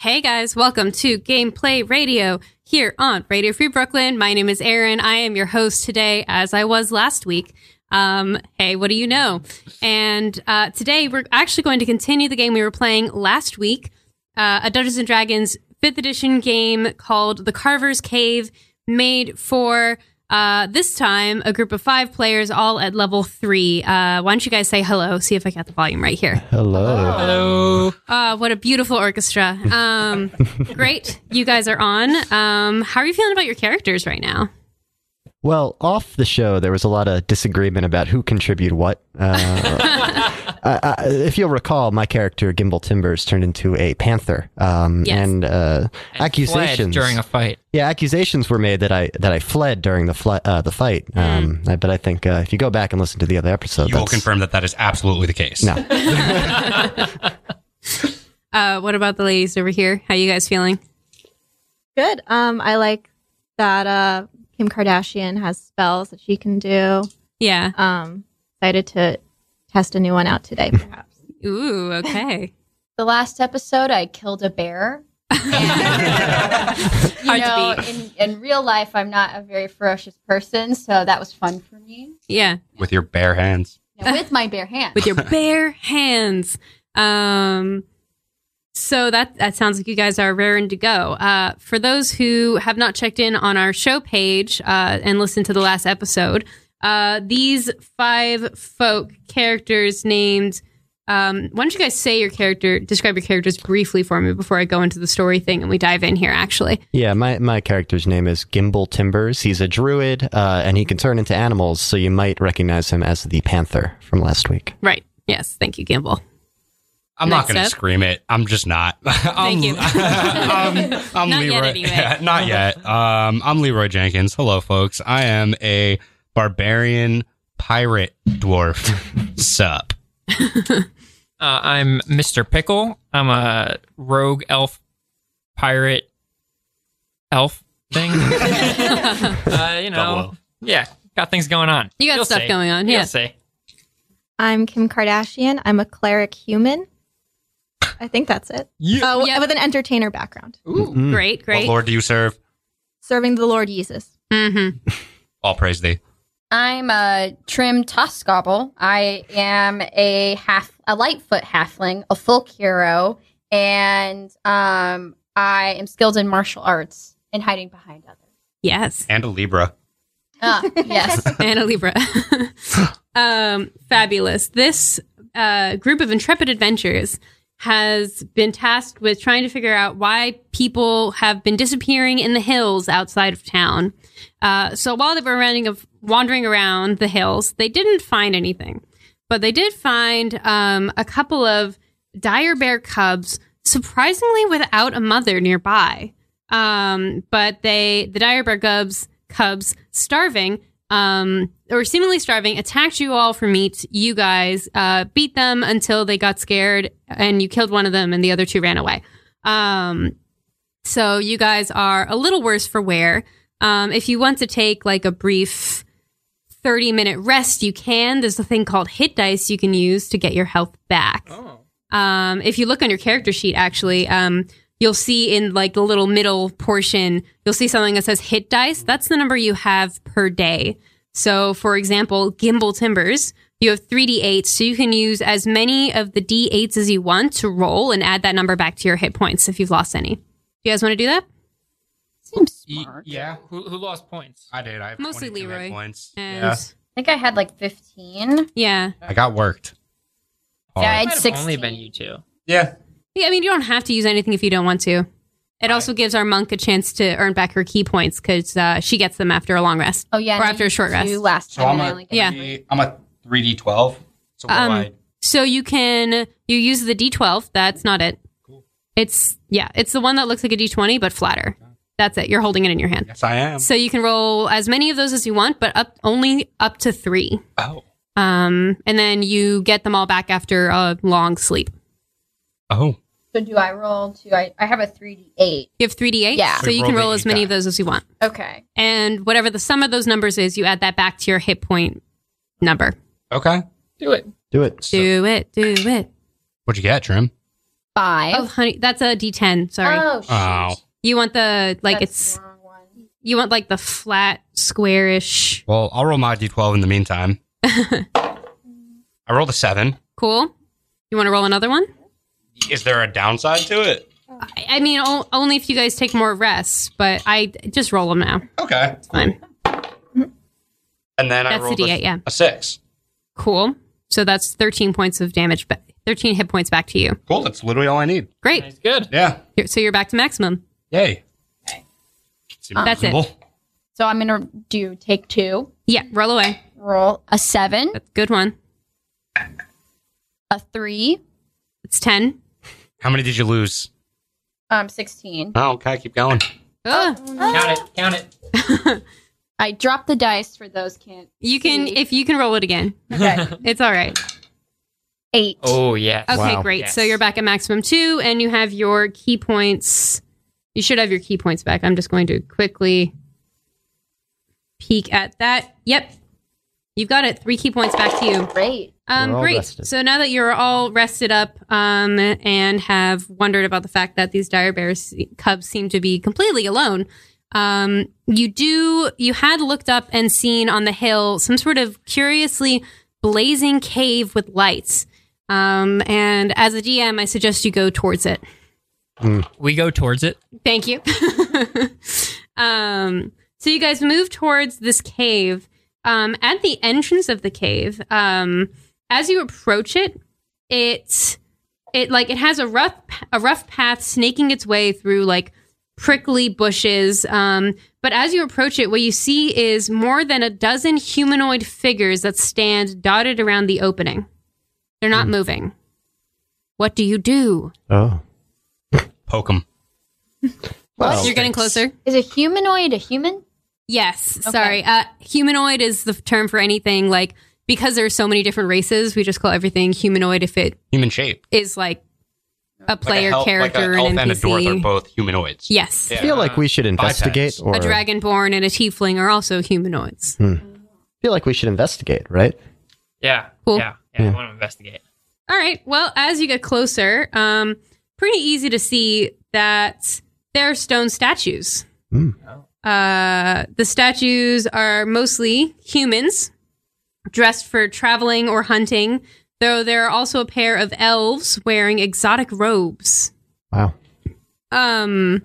Hey guys, welcome to Gameplay Radio here on Radio Free Brooklyn. My name is Erin. I am your host today, as I was last week. Um, hey, what do you know? And uh, today we're actually going to continue the game we were playing last week, uh, a Dungeons and Dragons fifth edition game called The Carver's Cave, made for uh, this time a group of five players, all at level three. Uh, why don't you guys say hello? See if I got the volume right here. Hello. Um, Hello. Uh, what a beautiful orchestra. Um, great. You guys are on. Um, how are you feeling about your characters right now? Well, off the show, there was a lot of disagreement about who contributed what. Uh, I, I, if you'll recall, my character Gimbal Timbers turned into a panther, um, Yes. and, uh, And fled accusations during a fight. yeah accusations were made that I that I fled during the fl- uh, the fight. Um, I- but I think uh, if you go back and listen to the other episode, you will that's- confirm that that is absolutely the case. No. Uh, what about the ladies over here? How you guys feeling? Good. Um, I like that uh, Kim Kardashian has spells that she can do. Yeah. Um, excited to test a new one out today, perhaps. Ooh, okay. the last episode I killed a bear. And, you Hard to know, beat. in, in real life, I'm not a very ferocious person, so that was fun for me. Yeah. With your bare hands. Now, with my bare hand. With your bare hands. Um, so that that sounds like you guys are raring to go. Uh, for those who have not checked in on our show page uh, and listened to the last episode, uh, these five folk characters named. Um, why don't you guys say your character, describe your characters briefly for me before I go into the story thing and we dive in here, actually. Yeah, my, my character's name is Gimbal Timbers. He's a druid, uh, and he can turn into animals, so you might recognize him as the panther from last week. Right. Yes. Thank you, Gamble. I'm Next not going up. to scream it. I'm just not. Thank you. I'm, I'm Not yet, Leroy. anyway. Yeah, not yet. Um, I'm Leroy Jenkins. Hello, folks. I am a barbarian pirate dwarf. Sup. Uh, I'm Mr. Pickle. I'm a rogue elf pirate elf thing. uh, you Double know, L. yeah, got things going on. You got You'll stuff see. going on, You'll yeah. see. I'm Kim Kardashian. I'm a cleric human. I think that's it. Yeah. Oh, Yeah. with an entertainer background, Mm. Great. Great. What Lord do you serve? serving the Lord Jesus. hmm All praise thee. I'm a trim Toscobble. I am a half a lightfoot halfling, a folk hero, and um, I am skilled in martial arts and hiding behind others. Yes. And a Libra. Ah, yes. and a Libra. um, fabulous. This uh, group of intrepid adventurers has been tasked with trying to figure out why people have been disappearing in the hills outside of town. Uh, so while they were running of wandering around the hills, they didn't find anything, but they did find um, a couple of dire bear cubs, surprisingly without a mother nearby. Um, but they, the dire bear cubs, cubs starving, um, or seemingly starving, attacked you all for meat. You guys uh, beat them until they got scared, and you killed one of them, and the other two ran away. Um, so you guys are a little worse for wear. Um, if you want to take like a brief 30 minute rest, you can. There's a thing called hit dice you can use to get your health back. Oh. Oh. Um, if you look on your character sheet, actually, um, you'll see in like the little middle portion, you'll see something that says hit dice. That's the number you have per day. So, for example, Gimbal Timbers, you have 3d8s, so you can use as many of the d8s as you want to roll and add that number back to your hit points if you've lost any. Do you guys want to do that? Seems Y- smart. yeah. Who, who lost points? I did. I have Mostly 22 hit Leroy. Points. And I think I had like 15. yeah. I got worked. Yeah, I Might had have 16. only been you two. Yeah. Yeah, I mean, you don't have to use anything if you don't want to. It also gives our monk a chance to earn back her key points because uh, she gets them after a long rest. Oh, yeah. Or and I after a short used two rest. Last time and I only got yeah. I'm a 3D12. So Um, So you can you use the D12. That's not it. It's yeah, it's the one that looks like a D20 but flatter. That's it. You're holding it in your hand. Yes, I am. So you can roll as many of those as you want, but up only up to three. Oh. Um, and then you get them all back after a long sleep. Oh. So do I roll to I, I have a three D eight. You have three D8, Yeah. so you can Roll roll the as many eight of those as you want. Okay. and whatever the sum of those numbers is, you add that back to your hit point number. Okay. Do it. Do it. Do it, do it. What'd you get, Trim? five. of honey. That's a D10. Sorry. Oh, shoot. Oh. you want the like That's it's the wrong one. you want like the flat squarish. Well, I'll roll my d12 in the meantime. I rolled a seven. Cool. You want to roll another one? Is there a downside to it? I, I mean, o- only if you guys take more rests. But I just roll them now. Okay. It's fine. And then I That's the rolled a, D8. Yeah. a six. Cool. So that's 13 points of damage, but 13 hit points back to you. Cool. That's literally all I need. Great. Nice, good. Yeah. You're- So you're back to maximum. Yay. That's it. So I'm gonna do take two, Yeah. Roll away. roll a seven, That's a good one. a three, It's 10. How many did you lose? um, sixteen. Oh, okay. Keep going. Ugh. Oh. Count it. Count it. I dropped the dice for those can't. You can, if you can roll it again, Okay, it's all right. eight. Oh yes. Okay, Wow. great. Yes. So you're back at maximum two, and you have your key points. You should have your key points back. I'm just going to quickly peek at that. Yep, you've got it. Three key points back to you. Great. Um, We're all great. rested. So now that you're all rested up um, and have wondered about the fact that these dire bears cubs seem to be completely alone, um, you do you had looked up and seen on the hill some sort of curiously blazing cave with lights. Um, and as a DM, I suggest you go towards it. We go towards it. Thank you. um, so you guys move towards this cave. Um, at the entrance of the cave, um, as you approach it, it it like it has a rough a rough path snaking its way through like prickly bushes. Um, but as you approach it, what you see is more than a dozen humanoid figures that stand dotted around the opening. They're not moving. What do you do? Oh. Poke him. Well, You're getting closer. Is a humanoid a human? Yes. Sorry. Uh, humanoid is the term for anything like because there's so many different races, we just call everything humanoid if it Human shape. is like a Like a player hel- character like an and elf and a dwarf NPC. are both humanoids. yes. I feel like we Uh, should investigate Bipeds. or A dragonborn and a tiefling are also humanoids. feel like we should investigate, right? Yeah. Cool. Yeah. Yeah. Hmm. I want to investigate. All right. Well, as you get closer, um, pretty easy to see that they're stone statues. Hmm. Uh, the statues are mostly humans dressed for traveling or hunting, though there are also a pair of elves wearing exotic robes. Wow. Um,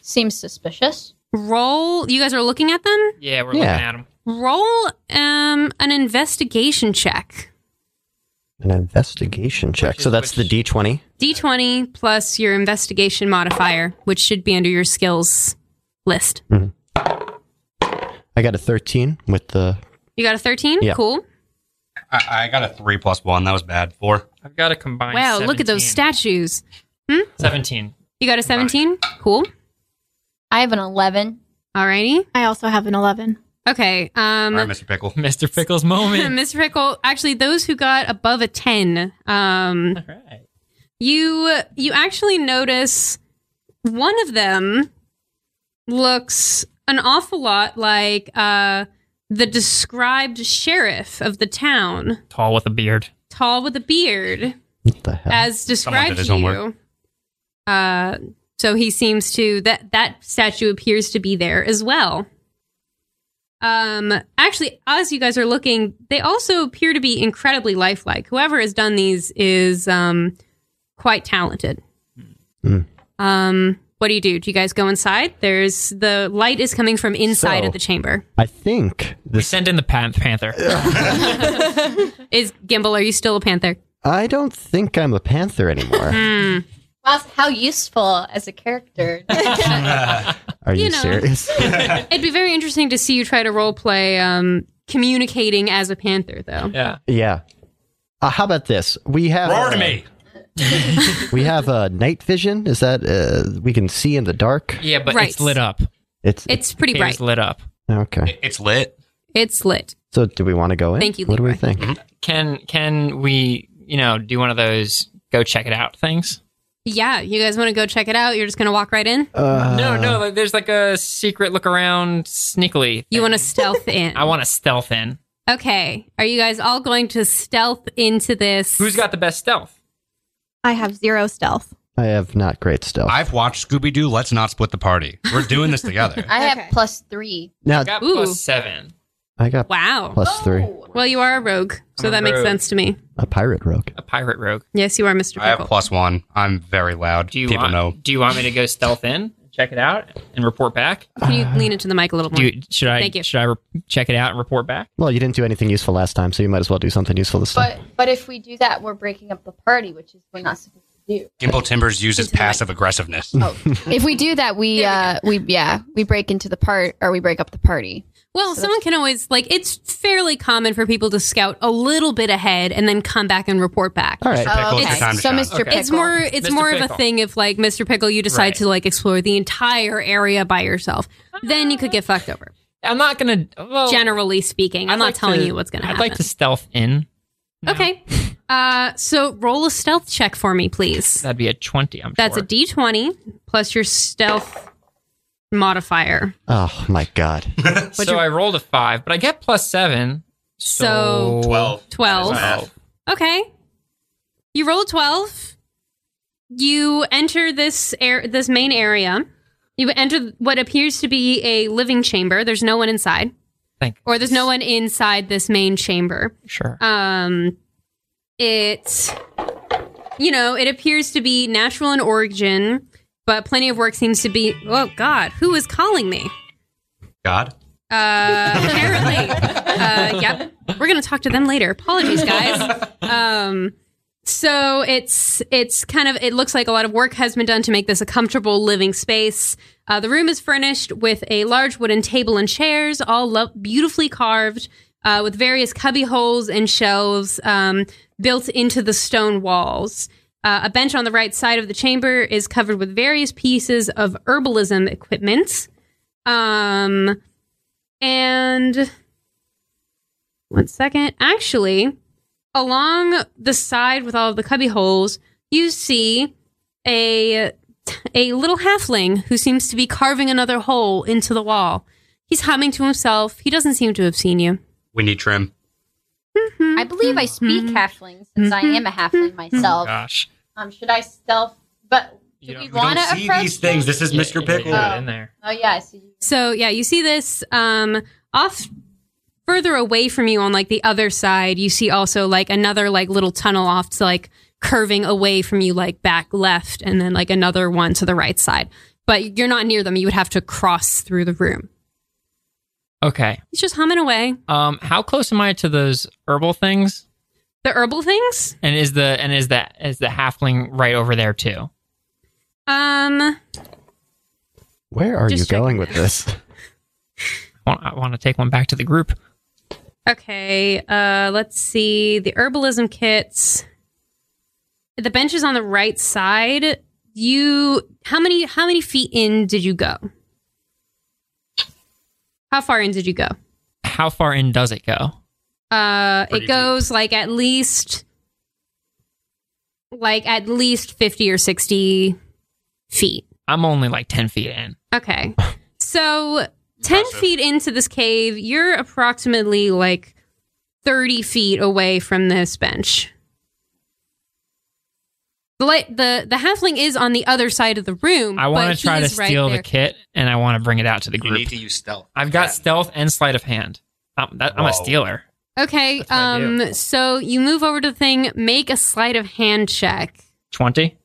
Seems suspicious. roll. You guys are looking at them. Yeah, we're Yeah. looking at him. Roll um an investigation check. An investigation check. Which so is- that's which- the D20. D20 plus your investigation modifier, which should be under your skills list. I got a 13 with the. You got a 13? Yeah. Cool. I, I got a three plus one. That was bad. Four. I've got a combined. Wow, look at those 17. statues. Seventeen. You got a 17? Cool. I have an eleven. Alrighty. I also have an 11. Okay. Um All right, Mr. Pickle. Mr. Pickle's moment. Mr. Pickle, actually those who got above a 10, um All right. you you actually notice one of them looks an awful lot like uh the described sheriff of the town, Tall with a beard. tall with a beard. What the hell? as Someone did described his to homework. you. Uh, so he seems to that that statue appears to be there as well. Um, actually, as you guys are looking, they also appear to be incredibly lifelike. Whoever has done these is um quite talented. Hmm. Um, what do you do? Do you guys go inside? There's the light is coming from inside So- of the chamber. I think We this. send in the pan- panther. Is Gimbal? Are you still a panther? I don't think I'm a panther anymore. Wow, how useful as a character. Are you, You know. serious? It'd be very interesting to see you try to role play um, communicating as a panther, though. yeah. yeah. Uh, how about this? We have Roar to uh, me. we have uh, night vision. Is that uh, we can see in the dark? Yeah, but Right. it's lit up. It's, It's pretty It bright. is lit up. okay. It's lit. It's lit. So do we want to go in? Thank you, What do we Leroy. think? Mm-hmm. Can can we you know do one of those go check it out things? Yeah, you guys want to go check it out? You're just going to walk right in? Uh, no, no. Like, there's like a secret look around sneakily. You thing. want to stealth in? I want to stealth in. Okay. Are you guys all going to stealth into this? Who's got the best stealth? I have zero stealth. I have not great stealth. I've watched Scooby Doo. Let's not split the party. We're doing this together. I Okay. have plus three. now I got Oh. Ooh. plus seven. I got Wow. Oh. plus three. Well, you are a rogue, so I'm a that makes rogue. sense to me. A pirate rogue. A pirate rogue. Yes, you are Mr. I have Pickle. plus one. I'm very loud. Do you People want? know. Do you want me to go stealth in, check it out, and report back? Can you lean into the mic a little more? Do you, should I? Thank you. Should I re- check it out and report back? Well, you didn't do anything useful last time, so you might as well do something useful this time. But but if we do that, we're breaking up the party, which is we're not supposed to do. Gimbo Timbers uses Into the mic. passive aggressiveness. Oh, if we do that, we uh we yeah we break into the part or we break up the party. well, someone can always like it's fairly common for people to scout a little bit ahead and then come back and report back. All right. Pickle, it's okay. your time to So shine. Mr. Okay. Pickle, It's more it's Mr. more of a Pickle. thing if like Mr. Pickle you decide Right. to like explore the entire area by yourself. Then you could get fucked over. I'm not gonna. Well, Generally speaking, I'm I'd not like telling to- you what's going to I'd happen. like to stealth in. now. Okay. Uh so roll a stealth check for me, please. That'd be a twenty. I'm That's sure. a D20 plus your stealth modifier. Oh my god. so I rolled a five, but I get plus seven. So- So, 12. 12. Wow. Okay. You roll a 12. You enter this air this main area. You enter what appears to be a living chamber. There's no one inside. Thank Or there's no one inside this main chamber. Sure. Um it you know, it appears to be natural in origin, but plenty of work seems to be Oh god, who is calling me? God. Uh, apparently. uh, yep. We're gonna talk to them later. Apologies, guys. Um, so it's it's kind of it looks like a lot of work has been done to make this a comfortable living space. Uh, the room is furnished with a large wooden table and chairs, all lo- beautifully carved, uh, with various cubby holes and shelves um, built into the stone walls. Uh, a bench on the right side of the chamber is covered with various pieces of herbalism equipment. Um, and one second. Actually, along the side with all of the cubby holes, you see a a little halfling who seems to be carving another hole into the wall. He's humming to himself. He doesn't seem to have seen you. We need trim. I believe I speak halfling since I am a halfling myself. Gosh, Um, should I stealth? But You do don't- we you You want don't to see approach? these things. This is Yeah, Mr. yeah, Pickle. yeah, in there. Oh yeah, I see. You. So yeah, you see this um off further away from you on like the other side, you see also like another like little tunnel off to like curving away from you like back left and then like another one to the right side. But you're not near them. You would have to cross through the room. Okay. He's just humming away. Um, how close am I to those herbal things? The herbal things? And is the and is that is the halfling right over there too? Um Where are Just you going with this? I want, I want to take one back to the group. Okay, uh, let's see. The herbalism kits. The bench is on the right side. You how many how many feet in did you go? How far in did you go? How far in does it go? Uh Pretty it goes like at least like at least 50 or 60 feet. I'm only like ten feet in. Okay. So 10 Impressive. feet into this cave, you're approximately like 30 feet away from this bench. The light, the the halfling is on the other side of the room. I but want he to try to is right steal the there. kit, and I want to bring it out to the You group. need to use stealth. I've got stealth and sleight of hand. I'm, that, I'm Whoa. a stealer. Okay. what I do. Um. So you move over to the thing. Make a sleight of hand check. Twenty.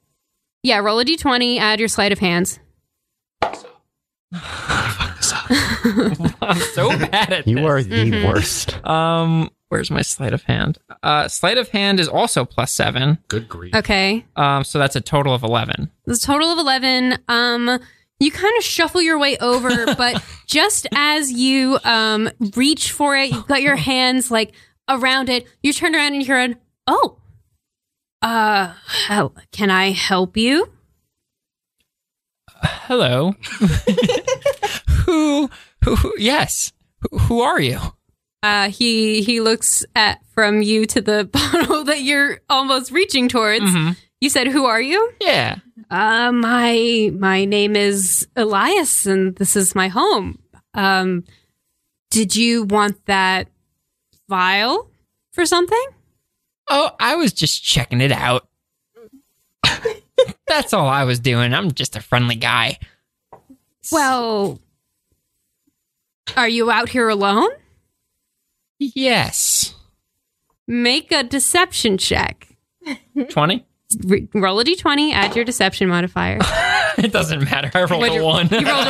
Yeah. Roll a d20. Add your sleight of hands. I'm so bad at You this. are the Mhm. worst. Um, where's my sleight of hand? Uh, sleight of hand is also plus seven. Good grief. Okay. Um, so that's a total of eleven. There's a total of 11. Um, you kind of shuffle your way over, but just as you um, reach for it, you've got your hands like around it. You turn around and you're in, oh, uh, hell, can I help you? Hello. who, who? who- Yes. Who, who are you? Uh, he he looks at from you to the bottle that you're almost reaching towards. Mhm. You said, "Who are you?" Yeah. Uh, my my name is Elias, and this is my home. Um, did you want that vial for something? Oh, I was just checking it out. That's all I was doing. I'm just a friendly guy. Well, are you out here alone? Yes. Make a deception check. 20? Re- roll a d20, add your deception modifier. It doesn't matter. I rolled What'd a you- one. You rolled a one.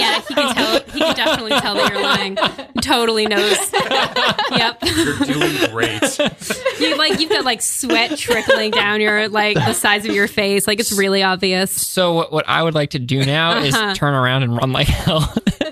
yeah, he can tell. He can definitely tell that you're lying. He totally knows. yep. You're doing great. You like you've got like sweat trickling down your like the sides of your face. Like it's really obvious. So what, what I would like to do now Uh-huh. is turn around and run like hell.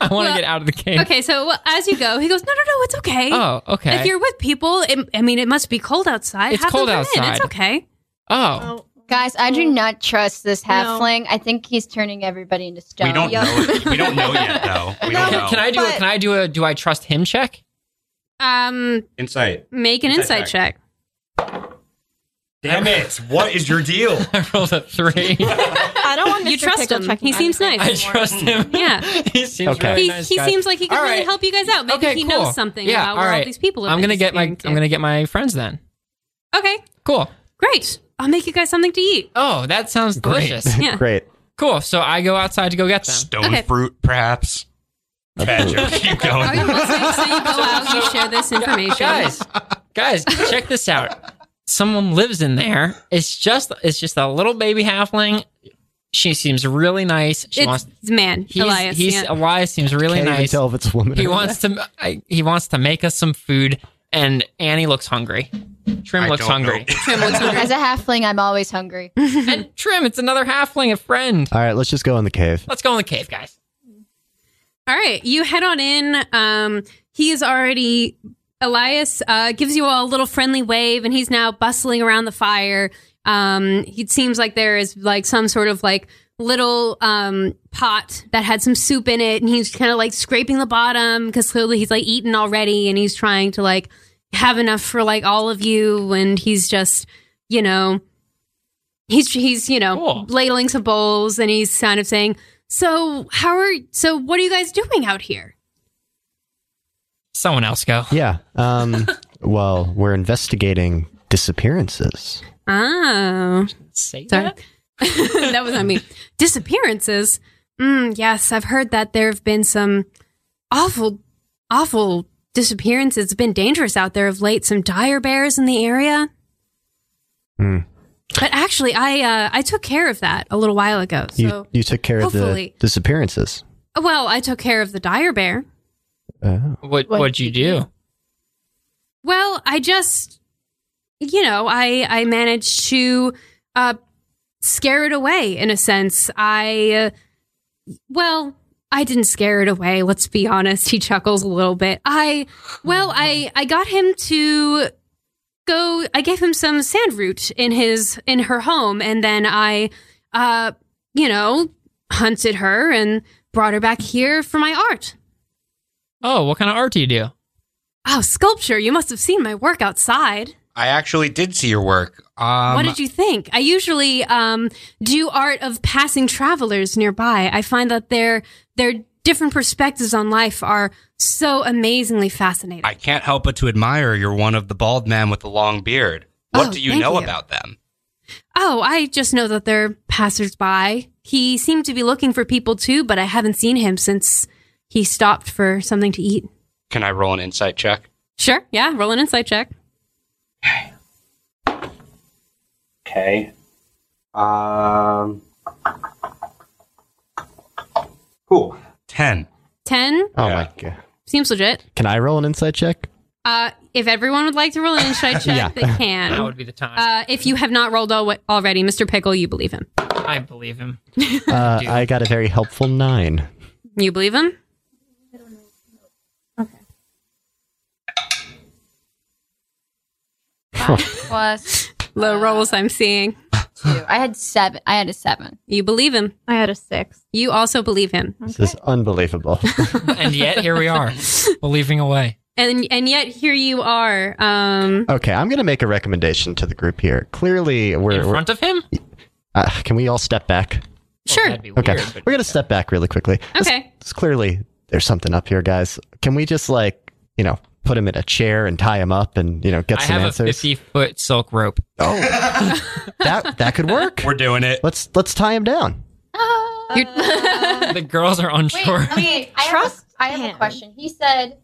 I want to Well, get out of the cave. Okay, so well, as you go, he goes, "No, no, no, it's okay. Oh, okay. If you're with people, it, I mean, it must be cold outside. It's Have them cold come in. outside. It's okay. oh, Guys, I do not trust this No. halfling. I think he's turning everybody into stone. We don't Yeah. know. it- We don't know yet, though. We No, don't but know. can I do? a But- can I do a? Do I trust him? Check. Um, Insight. make an Insight insight check. Damn it! What is your deal? I rolled a three. I don't want You Mr. trust Pickle him. checking He my seems phone. nice. I trust him. Yeah. he seems Okay. really He, nice. he guy. seems like he could All really right. help you guys out. Maybe Okay, he cool. knows something Yeah, about all where all right. these people. Have I'm been gonna get my. disappearing to. I'm gonna get my friends then. Okay, Cool. great. I'll make you guys something to eat. Oh, that sounds Great. delicious. Yeah. Great. cool. So I go outside to go get them. Stone Okay. fruit, perhaps. Bad joke. Keep Are you going. listening? So you go out, you share this information. guys, guys, check this out. Someone lives in there. It's just it's just a little baby halfling. She seems really nice. She it's wants it's man, he's, Elias. he's yeah. Elias seems really Can't even nice. tell if it's a woman. He or wants to I, he wants to make us some food and Annie looks hungry. Trim I looks don't hungry. know. Trim looks hungry. As a halfling, I'm always hungry. and Trim, it's another halfling, a friend. All right, let's just go in the cave. Let's go in the cave, guys. All right, you head on in. Um, he is already. Elias uh, gives you all a little friendly wave, and he's now bustling around the fire. Um, it seems like there is like some sort of like little um, pot that had some soup in it, and he's kind of like scraping the bottom because clearly he's like eaten already, and he's trying to like have enough for like all of you, and he's just you know he's he's you know Cool. ladling some bowls, and he's kind of saying. So how are so what are you guys doing out here? Someone else go. Yeah. Um, well, we're investigating disappearances. Oh, Say sorry, that? that was not me. Disappearances. Mm, yes, I've heard that there have been some awful, awful disappearances. It's been dangerous out there of late. Some dire bears in the area. Hmm. But actually, I uh, I took care of that a little while ago. You, So you took care hopefully- of the disappearances. well, I took care of the dire bear. Oh. What what'd you do? Well, I just, you know, I I managed to uh, scare it away in a sense. I, uh, well, I didn't scare it away. Let's be honest. He chuckles a little bit. I, well, I I got him to go. I gave him some sand root in his in her home, and then I, uh, you know, hunted her and brought her back here for my art. Oh, what kind of art do you do? Oh, sculpture! You must have seen my work outside. I actually did see your work. Um, what did you think? I usually um, do art of passing travelers nearby. I find that their their different perspectives on life are so amazingly fascinating. I can't help but to admire you're one of the bald man with the long beard. What Oh, do you thank know you. about them? oh, I just know that they're passersby. He seemed to be looking for people too, but I haven't seen him since he stopped for something to eat. Can I roll an insight check? Sure, yeah. Roll an insight check. Okay. Um. Cool. 10. Ten Oh Yeah. my god. seems legit. Can I roll an insight check? Uh, if everyone would like to roll an insight check, Yeah. they can. That would be the time. uh, if you have not rolled al- already, Mr. Pickle, you believe him. I believe him. Uh, Dude. I got a very helpful nine. You believe him? Plus Low rolls I'm seeing. two. I had seven. I had a seven. You believe him. I had a six. You also believe him. This is unbelievable. and yet here we are, believing away. And and yet here you are. Oh, Um okay, I'm gonna make a recommendation to the group here. Clearly, In we're, we're front of him? uh, can we all step back? sure. That'd be Okay, weird. but- we're gonna step back really quickly. This- okay. this clearly, there's something up here, guys. Can we just like you know put him in a chair and tie him up and you know get I some have a answers. 50 foot silk rope. Oh, that that could work. We're doing it. Let's let's tie him down. Uh, Ah. You're- The girls are Wait, unsure. oh, wait, I have, a, Trust I have him. a question. He said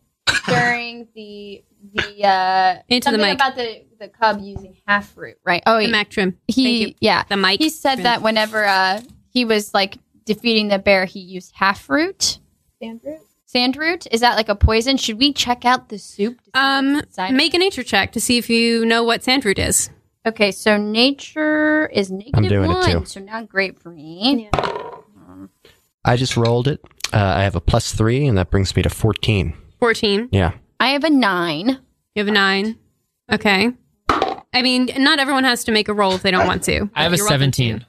during the the uh Into the something mic. about the the cub using half root, right? Oh, the he, Mac trim. Thank he you. yeah. The mic. He said trim. that whenever uh he was like defeating the bear, he used half root. Andrew? Sand root? Is that like a poison? Should we check out the soup? to see Um, what's inside? Make a nature check to see if you know what sandroot is. okay, so nature is negative doing it too. one, so not great for me. I just rolled it. Uh, I have a plus three, and that brings me to fourteen. 14. Yeah, I have a nine. You have a 9. Okay. I mean, not everyone has to make a roll if they don't want to. I have a You're welcome 17.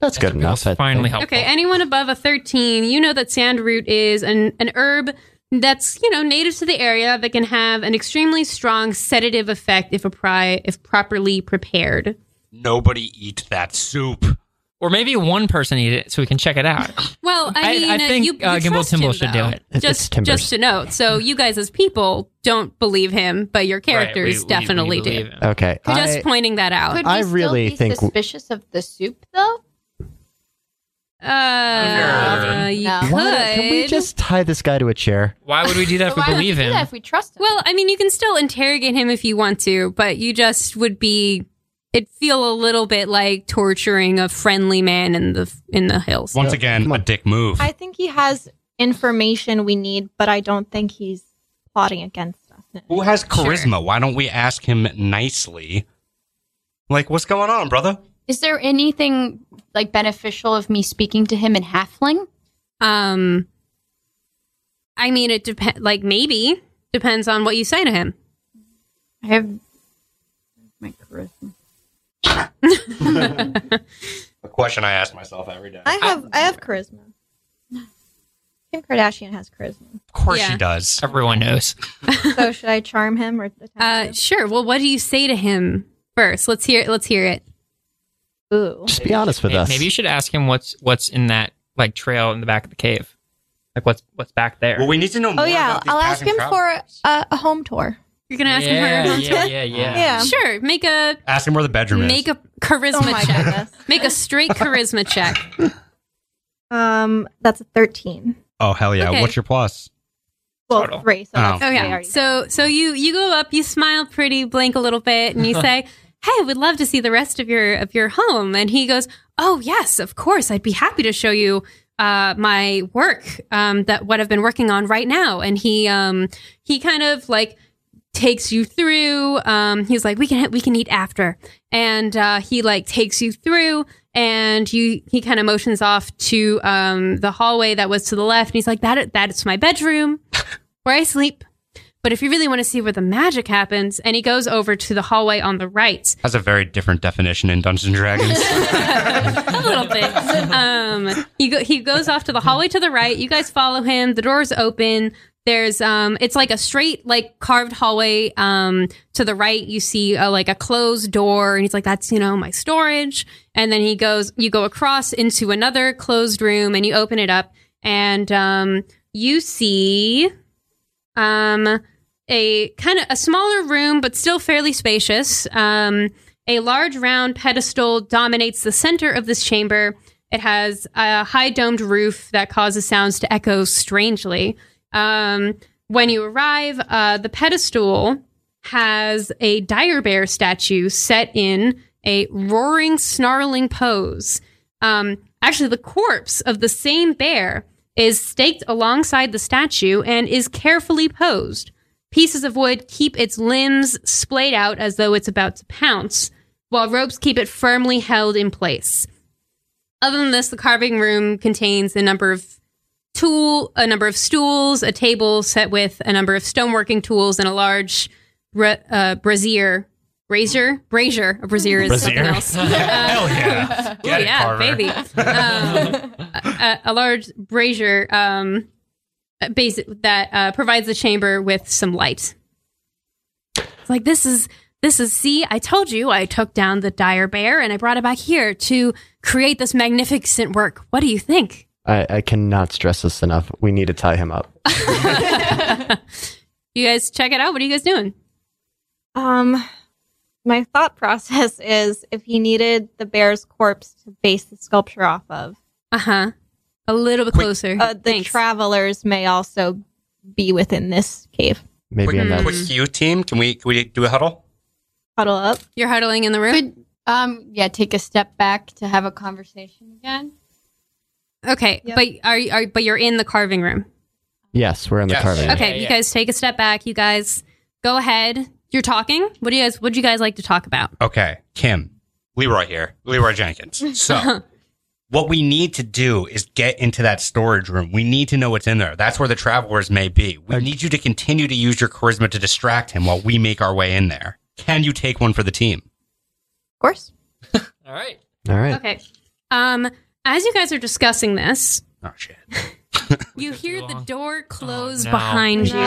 that's good enough. That's I finally to. think. helpful. Okay, anyone above a 13, you know that sandroot is an, an herb that's, you know, native to the area that can have an extremely strong sedative effect if, appri- if properly prepared. Nobody eat that soup. Or maybe one person eat it so we can check it out. Well, I, I- mean, I uh, think, you, you uh, Gimbal trust Timble him, should though. do it. It's Just, Timbers. just to note, so you guys as people don't believe him, but your characters definitely do. Okay, Just I- pointing that out. Could we I still really be think- suspicious of the soup though? Uh, you No. could. why- can we just tie this guy to a chair? Why would we do that if But we why would believe we do him? that if we trust him. Well, I mean, you can still interrogate him if you want to, but you just would be. It'd feel a little bit like torturing a friendly man in the in the hills. Once again, Come a on. dick move. I think he has information we need, but I don't think he's plotting against us. Who has charisma? charisma? Why don't we ask him nicely? Like, what's going on, brother? is there anything like beneficial of me speaking to him in halfling? Um, I mean, it depends. Like maybe depends on what you say to him. I have oh my charisma. A question I ask myself every day. I have I have charisma. Kim Kardashian has charisma. Of course Yeah. she does. Everyone knows. So should I charm him or attempt Uh, to? sure. Well, what do you say to him first? Let's hear. Let's hear it. Ooh. Just be honest with May- us. Maybe you should ask him what's what's in that like trail in the back of the cave. Like what's what's back there. Well, we need to know Oh more yeah, about these I'll ask passing him for travelers. a, a, a home tour. You're gonna ask yeah, him her. yeah, yeah, yeah. Yeah. Sure. Make a Ask him where the bedroom make is. a charisma Oh my check. goodness. Make a straight charisma check. Um, that's a thirteen. Oh, hell yeah. Okay. What's your plus? Well, Total. three. So Oh. that's Oh three yeah. already. So so you you go up, you smile pretty, blink a little bit, and you say, "Hey, would love to see the rest of your of your home." And he goes, "Oh yes, of course. I'd be happy to show you uh, my work um, that what I've been working on right now." And he um, he kind of like takes you through. Um, he's like, "We can we can eat after," and uh, he like takes you through. And you, he kind of motions off to um, the hallway that was to the left, and he's like, "That that's my bedroom, where I sleep." But if you really want to see where the magic happens, and he goes over to the hallway on the right Has a very different definition in Dungeons and Dragons. a little bit. Um, he go- he goes off to the hallway to the right. You guys follow him. The door's open. There's um, it's like a straight like carved hallway. Um, to the right you see a, like a closed door, and he's like, "That's you know my storage." And then he goes, you go across into another closed room, and you open it up, and um, you see, um, a kind of a smaller room, but still fairly spacious. Um, a large round pedestal dominates the center of this chamber. It has a high domed roof that causes sounds to echo strangely. Um, when you arrive, uh, the pedestal has a dire bear statue set in a roaring, snarling pose. Um, actually, the corpse of the same bear is staked alongside the statue and is carefully posed. Pieces of wood keep its limbs splayed out as though it's about to pounce, while ropes keep it firmly held in place. Other than this, the carving room contains a number of tool, a number of stools, a table set with a number of stoneworking tools, and a large bra- uh, brazier. Brazier? Brazier. A brazier is Brazier? something else. Uh, Hell yeah. Get it, Oh, yeah, Carver. baby. Um, a, a large brazier um, basic, that uh, provides the chamber with some light. It's like this is this is see, I told you I took down the dire bear and I brought it back here to create this magnificent work. What do you think? I, I cannot stress this enough. We need to tie him up. You guys check it out. What are you guys doing? Um, my thought process is if he needed the bear's corpse to base the sculpture off of, Uh huh. A little bit Quick. closer. uh, the Thanks. travelers may also be within this cave. Maybe in quick, that. Mm. quick you team. Can we can we do a huddle? Huddle up. You're huddling in the room. Could um yeah, take a step back to have a conversation again. Okay, Yep. but are, are but you're in the carving room. Yes, we're in the Yes. carving. room. Okay, yeah, you yeah. guys take a step back. You guys go ahead. You're talking. What do you guys? What do you guys like to talk about? Okay, Kim, Leroy here, Leroy Jenkins. So, what we need to do is get into that storage room. We need to know what's in there. That's where the travelers may be. We need you to continue to use your charisma to distract him while we make our way in there. Can you take one for the team? Of course. All right. All right. Okay. Um, as you guys are discussing this, Oh shit! you hear the long. Oh, door close no. behind you, Where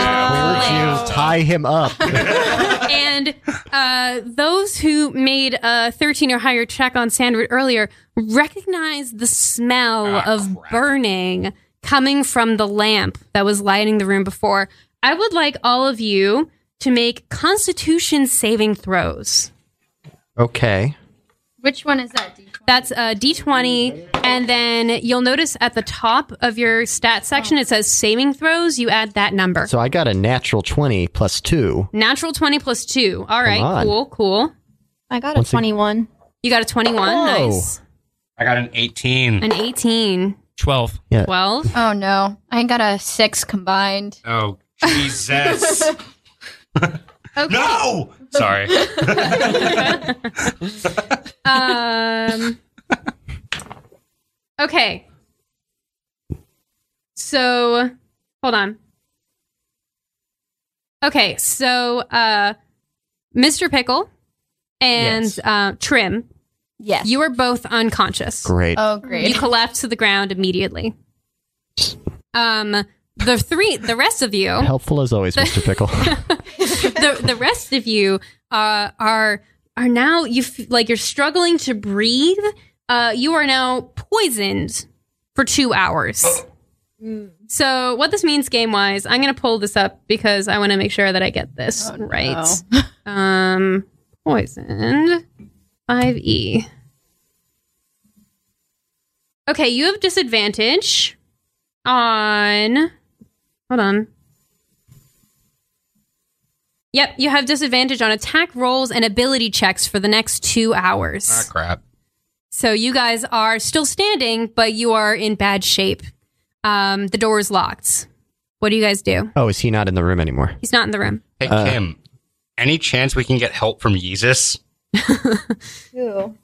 would you tie him up? and uh, those who made a 13 or higher check on Sandwood earlier recognize the smell Ah, of crap. burning coming from the lamp that was lighting the room before. I would like all of you to make Constitution saving throws. okay. Which one is that? D20? That's a d20. And then you'll notice at the top of your stat section, it says saving throws. You add that number. So I got a natural 20 plus 2. Natural 20 plus 2. All right, on. cool, cool. I got a Once ag- 21. You got a 21. Whoa. Nice. I got an eighteen. An 18. Twelve. 12. Oh no. I ain't got a six combined. Oh Jesus! Okay. no! Sorry. Um, okay. So, hold on. Okay, so uh, Mr. Pickle and Yes. uh, Trim, Yes. you are both unconscious. Great. Oh You great. collapse to the ground immediately. Um, the three, the rest of you, Helpful as always, Mr. Pickle. the the rest of you uh, are are now you f- like you're struggling to breathe. Uh, you are now poisoned for two hours. Oh. So what this means game wise, I'm gonna pull this up because I want to make sure that I get this Oh, no. right. Um, poisoned. Five E. Okay, you have disadvantage on. Hold on. Yep, you have disadvantage on attack rolls and ability checks for the next two hours. ah, crap. So you guys are still standing, but you are in bad shape. Um, the door is locked. What do you guys do? oh, is he not in the room anymore? He's not in the room. Hey Uh, Kim, any chance we can get help from Yeezus? Ooh.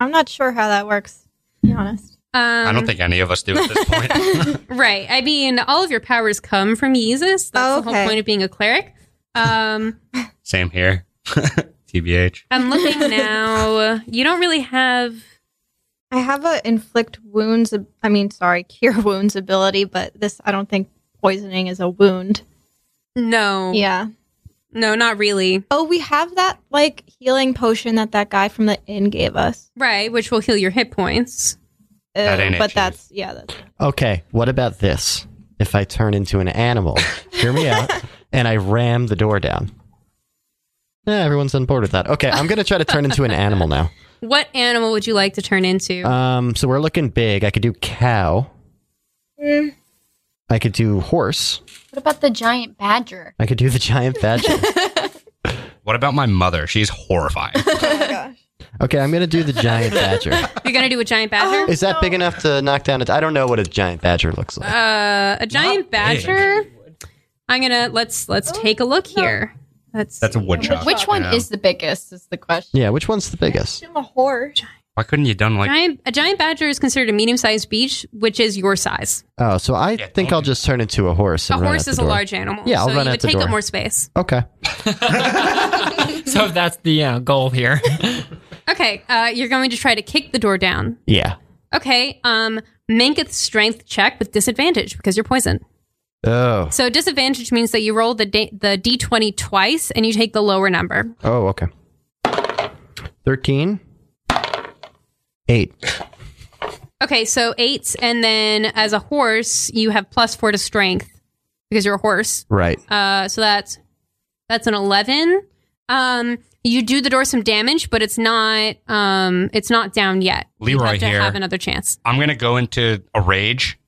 I'm not sure how that works, to be honest. Um, I don't think any of us do at this point. Right. I mean, all of your powers come from Yeezus. That's Oh, the whole okay. point of being a cleric. Um, Same here. TBH. I'm looking now. You don't really have. I have a inflict wounds, ab- I mean, sorry, cure wounds ability, but this, I don't think poisoning is a wound. No. Yeah. No, not really. Oh, we have that, like, healing potion that that guy from the inn gave us. Right, which will heal your hit points. That Ew, ain't it, but Chief. that's, yeah, that's. Okay, what about this? If I turn into an animal, hear me out, and I ram the door down. Yeah, everyone's on board with that. Okay, I'm gonna try to turn into an animal now. What animal would you like to turn into? Uh, Um, so we're looking big. I could do cow. Mm. I could do horse. What about the giant badger? I could do the giant badger. What about my mother? She's horrified. Okay, I'm gonna do the giant badger. You're gonna do a giant badger. Is that big enough to knock down? I I don't know what a giant badger looks like. Uh, a giant big. badger. Oh, I'm gonna let's let's take a look here. Let's That's a woodchuck. Which one Yeah. is the biggest is the question. yeah, which one's the biggest? I'm a horse. Why couldn't you done like giant. A giant badger is considered a medium-sized beach, which is your size. Oh, so I Yeah, think don't I'll do just turn into a horse. A And run horse out the is a door. large animal. Yeah, I'll so run you out would the take door. up more space. Okay. So that's the uh, goal here. Okay, uh, you're going to try to kick the door down. Yeah. Okay, um, make a strength check with disadvantage because you're poisoned. Oh. So disadvantage means that you roll the da- the d20 twice and you take the lower number. Oh, okay. 13. 8. Okay, so eight, and then as a horse, you have plus four to strength because you're a horse. Right. Uh, so that's that's an eleven. Um, you do the door some damage, but it's not um, it's not down yet. you Leroy have to here. have another chance. I'm gonna go into a rage.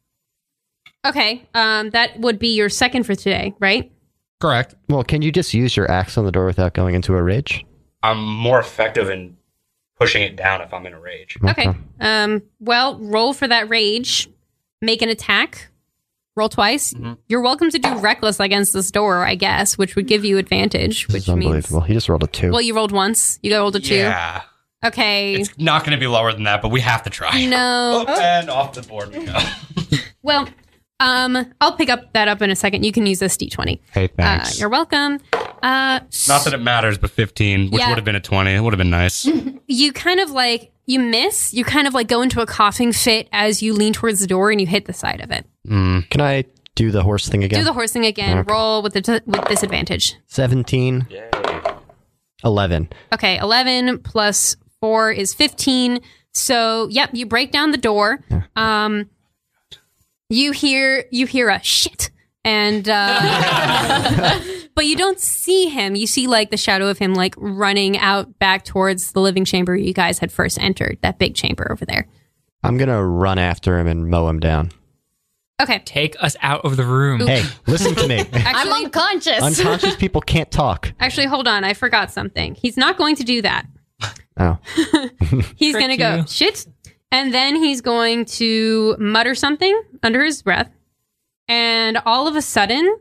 Okay, um, that would be your second for today, right? Correct. Well, can you just use your axe on the door without going into a rage? I'm more effective in pushing it down if I'm in a rage. Okay. Um, well, roll for that rage. Make an attack. Roll twice. Mm-hmm. You're welcome to do reckless against this door, I guess, which would give you advantage. This which is unbelievable. means He just rolled a two. well, you rolled once. You rolled a two. Yeah, Okay. it's Oh, not gonna be lower than that, but we have to try. no. Up and off the board we go. Well, um, I'll pick up that up in a second. You can use this d20. Hey, Uh, you're welcome. Uh, Not that it matters, but 15, which Yeah. would have been a 20. It would have been nice. you kind of like you miss. You kind of like go into a coughing fit as you lean towards the door and you hit the side of it. Mm. can I do the horse thing again? Do the horse thing again. Okay. Roll with the with disadvantage. 17, Yay. 11. Okay, 11 plus 4 is 15. So, yep, you break down the door. Um you hear you hear a shit and uh but you don't see him. You see like the shadow of him like running out back towards the living chamber you guys had first entered, that big chamber over there. I'm going to run after him and mow him down. Okay. Take us out of the room. Oop. Hey, listen to me. Actually, I'm unconscious. Unconscious people can't talk. actually hold on. I forgot something. He's not going to do that. Oh. He's Frick going to go you. shit. And then he's going to mutter something under his breath. And all of a sudden,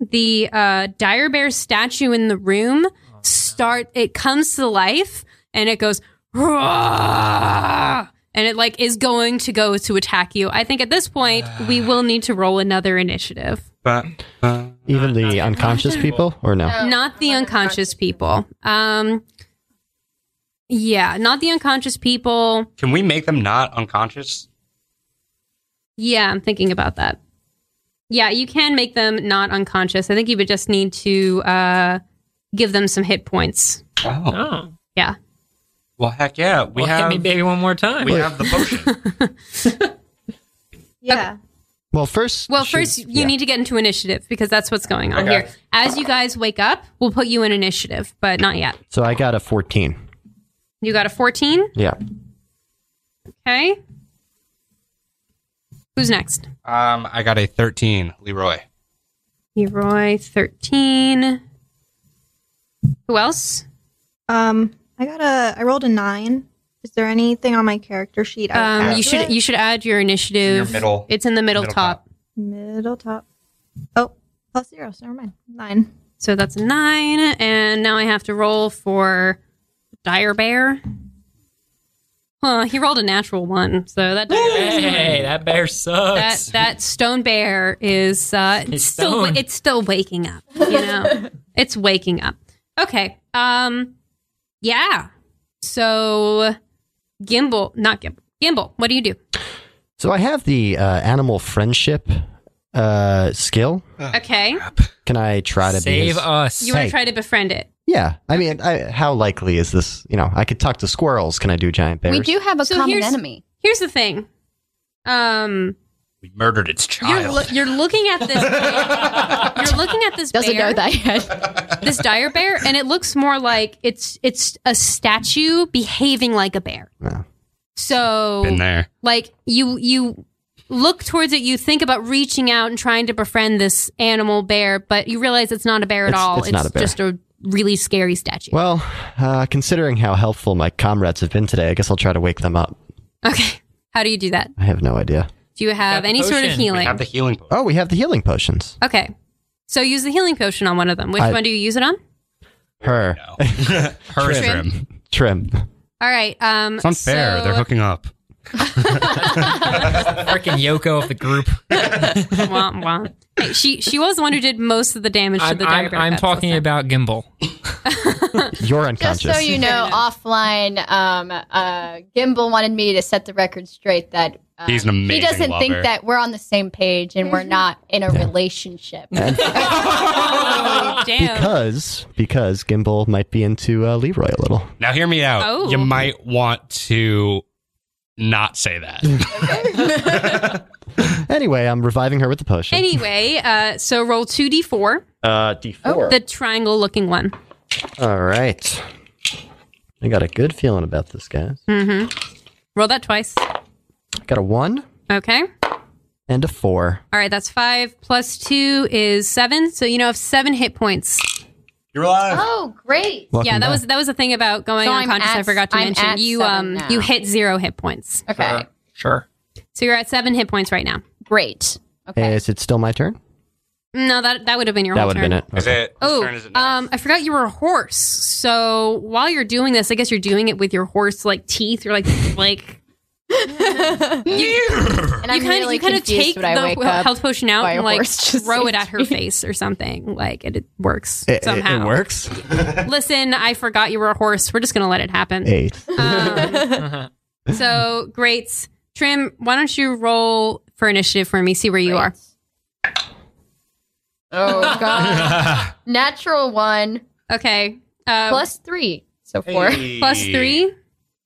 the uh, dire bear statue in the room start it comes to life and it goes "Roar!" and it like is going to go to attack you. I think at this point we will need to roll another initiative. But, uh, Even the unconscious people or no? No. not the Oh, unconscious people. Um yeah, not the unconscious people. can we make them not unconscious? Yeah, I'm thinking about that. Yeah, you can make them not unconscious. I think you would just need to uh, give them some hit points. Oh. Oh. Yeah. Well, heck yeah. We well, have hit me, baby, one more time. we have the potion. Yeah. Well, first. Well, should- first you yeah. need to get into initiative because that's what's going on Okay. here. As you guys wake up, we'll put you in initiative, but not yet. So I got a 14. You got a 14. Yeah. Okay. Who's next? um, I got a 13, Leroy. Leroy, 13. Who else? Um, I got a. I rolled a nine. Is there anything on my character sheet? I would Um, add you to should it? you should add your initiative. middle- It's in the middle, middle top. middle top. Oh, plus zero. So never mind. Nine. So that's a nine, and now I have to roll for Dire Bear. Huh, he rolled a natural one, so that dire bear, Hey, that bear that sucks. that stone bear is uh, it's It's still wa- stoned. it's still waking up. You know, it's waking up. Okay, um, yeah. So, Gimbal, not Gimbal, Gimbal. What do you do? So I have the uh, animal friendship uh, skill. Okay, Can I try to be Save his- us. you want Hey. to try to befriend it. Yeah, I mean, I, how likely is this? You know, I could talk to squirrels. Can I do giant bears? we do have a So common here's- enemy. Here's the thing. Um, We murdered its child. you're loo- you're looking at this. bear- you're looking at this. Doesn't bear. know that yet. this dire bear and it looks more like it's it's a statue behaving like a bear Yeah. Been so there. like you you look towards it you think about reaching out and trying to befriend this animal bear but you realize it's not a bear at It's- all it's not a bear. just a really scary statue Well, uh, considering how helpful my comrades have been today, I guess I'll try to wake them up. okay how do you do that I have no idea. do you have the any sort of potion. We healing Have the healing potion. Oh, we have the healing potions. okay so use the healing potion on one of them which I- one do you use it on Her, Oh. Her is Trim. trim. trim. all right um It's unfair. so- They're hooking up. Freaking Yoko of the group. wah, wah. Hey, she she was the one who did most of the damage to I'm, the dire I'm- bear I'm that's talking listening. about Gimbal. You're Just unconscious. so you know, offline, um, uh, Gimbal wanted me to set the record straight that um, He's an amazing he doesn't lover. think that we're on the same page and we're not in a relationship. oh, damn. because because Gimbal might be into uh, Leroy a little. Now, hear me out. Oh. You might want to not say that. Anyway, I'm reviving her with the potion. Anyway, uh, so roll 2d4, uh, D4. the triangle looking one. All right. I got a good feeling about this, guys. Roll that twice. Got a one Okay. and a four. All right, that's five plus two is seven. So you know, have seven hit points. You're alive. Oh, great. Welcome yeah, that back. was that was the thing about going So I'm unconscious. I at- forgot to I'm mention at you um seven now. you hit zero hit points, Okay. Sure. so you're at seven hit points right now. Great. Hey, Okay. is it still my turn? No, that that would have been your that whole would have turn. been it. Is Okay. it? Oh, whose turn is it next? um, I forgot you were a horse. So while you're doing this, I guess you're doing it with your horse like teeth. You're like like and you I'm kind of really you kind of confused take when I the wake up. health potion out by a and like horse just throw it seems at to her be- face or something. Like it, it works It, it, somehow. it works. Listen, I forgot you were a horse. We're just gonna let it happen. Eight. Um, so greats, Trim. Why don't you roll for initiative for me? See where you are. Oh god. Natural one Okay. Uh, plus three. So four. plus three. I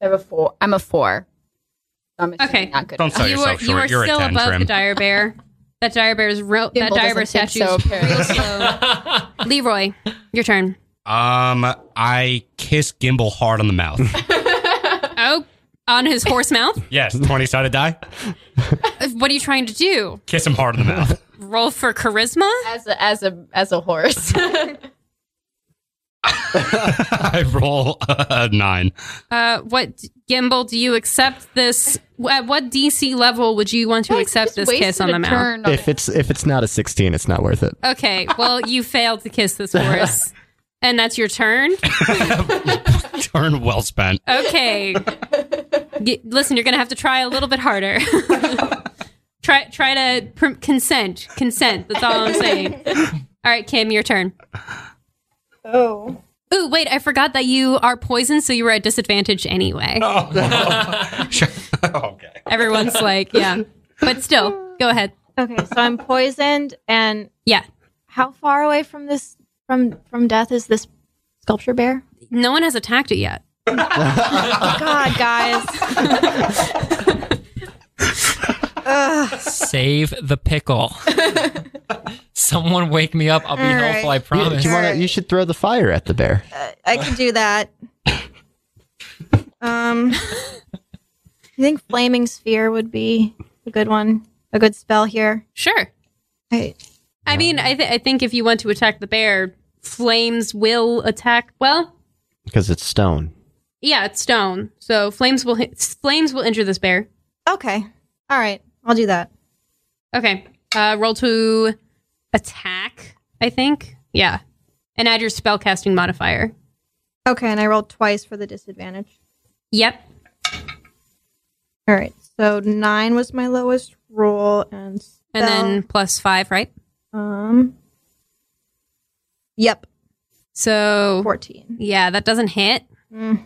have a four. I'm a four. So I'm assuming Okay. Not good. Don't sell You are yourself you short. are You're still a 10, above Trim. the dire bear. That dire bear is real. That Gimbal dire bear doesn't think statue so, is real apparently. slow. Leroy, your turn. Um, I kiss Gimbal hard on the mouth. Oh, on his horse mouth. yes, twenty sided die. Uh, What are you trying to do? Kiss him hard on the mouth. Roll for charisma. As a as a as a horse. I roll a nine. Uh, what Gimbal? Do you accept this? At what DC level would you want to accept Just this kiss wasted on a the mouth? turn on if it's if it's not a sixteen, it's not worth it. Okay, well, you failed to kiss this horse. And that's your turn? Turn well spent. Okay. Y- listen, you're going to have to try a little bit harder. try try to pr- consent. Consent. That's all I'm saying. All right, Kim, your turn. Oh. Ooh, wait, I forgot that you are poisoned, so you were at disadvantage anyway. Oh. okay. Everyone's like, yeah. But still, go ahead. Okay, so I'm poisoned and Yeah. how far away from this from from death is this sculpture bear? No one has attacked it yet. God, guys. Save the pickle. Someone wake me up. I'll be All right. helpful. I You, promise. you wanna- you should throw the fire at the bear. I can do that. Um, I think flaming sphere would be a good one, a good spell here. Sure. I, I mean, I, th- I think if you want to attack the bear, flames will attack. Well, Because it's stone. yeah, it's stone, so flames will hit, flames will injure this bear. okay, all right, I'll do that. Okay, uh, roll to attack. I think, yeah, and add your spellcasting modifier. Okay, and I rolled twice for the disadvantage. Yep. All right, so nine was my lowest roll, and And spell, then plus five, right? um, yep, So fourteen. yeah, that doesn't hit. Mm.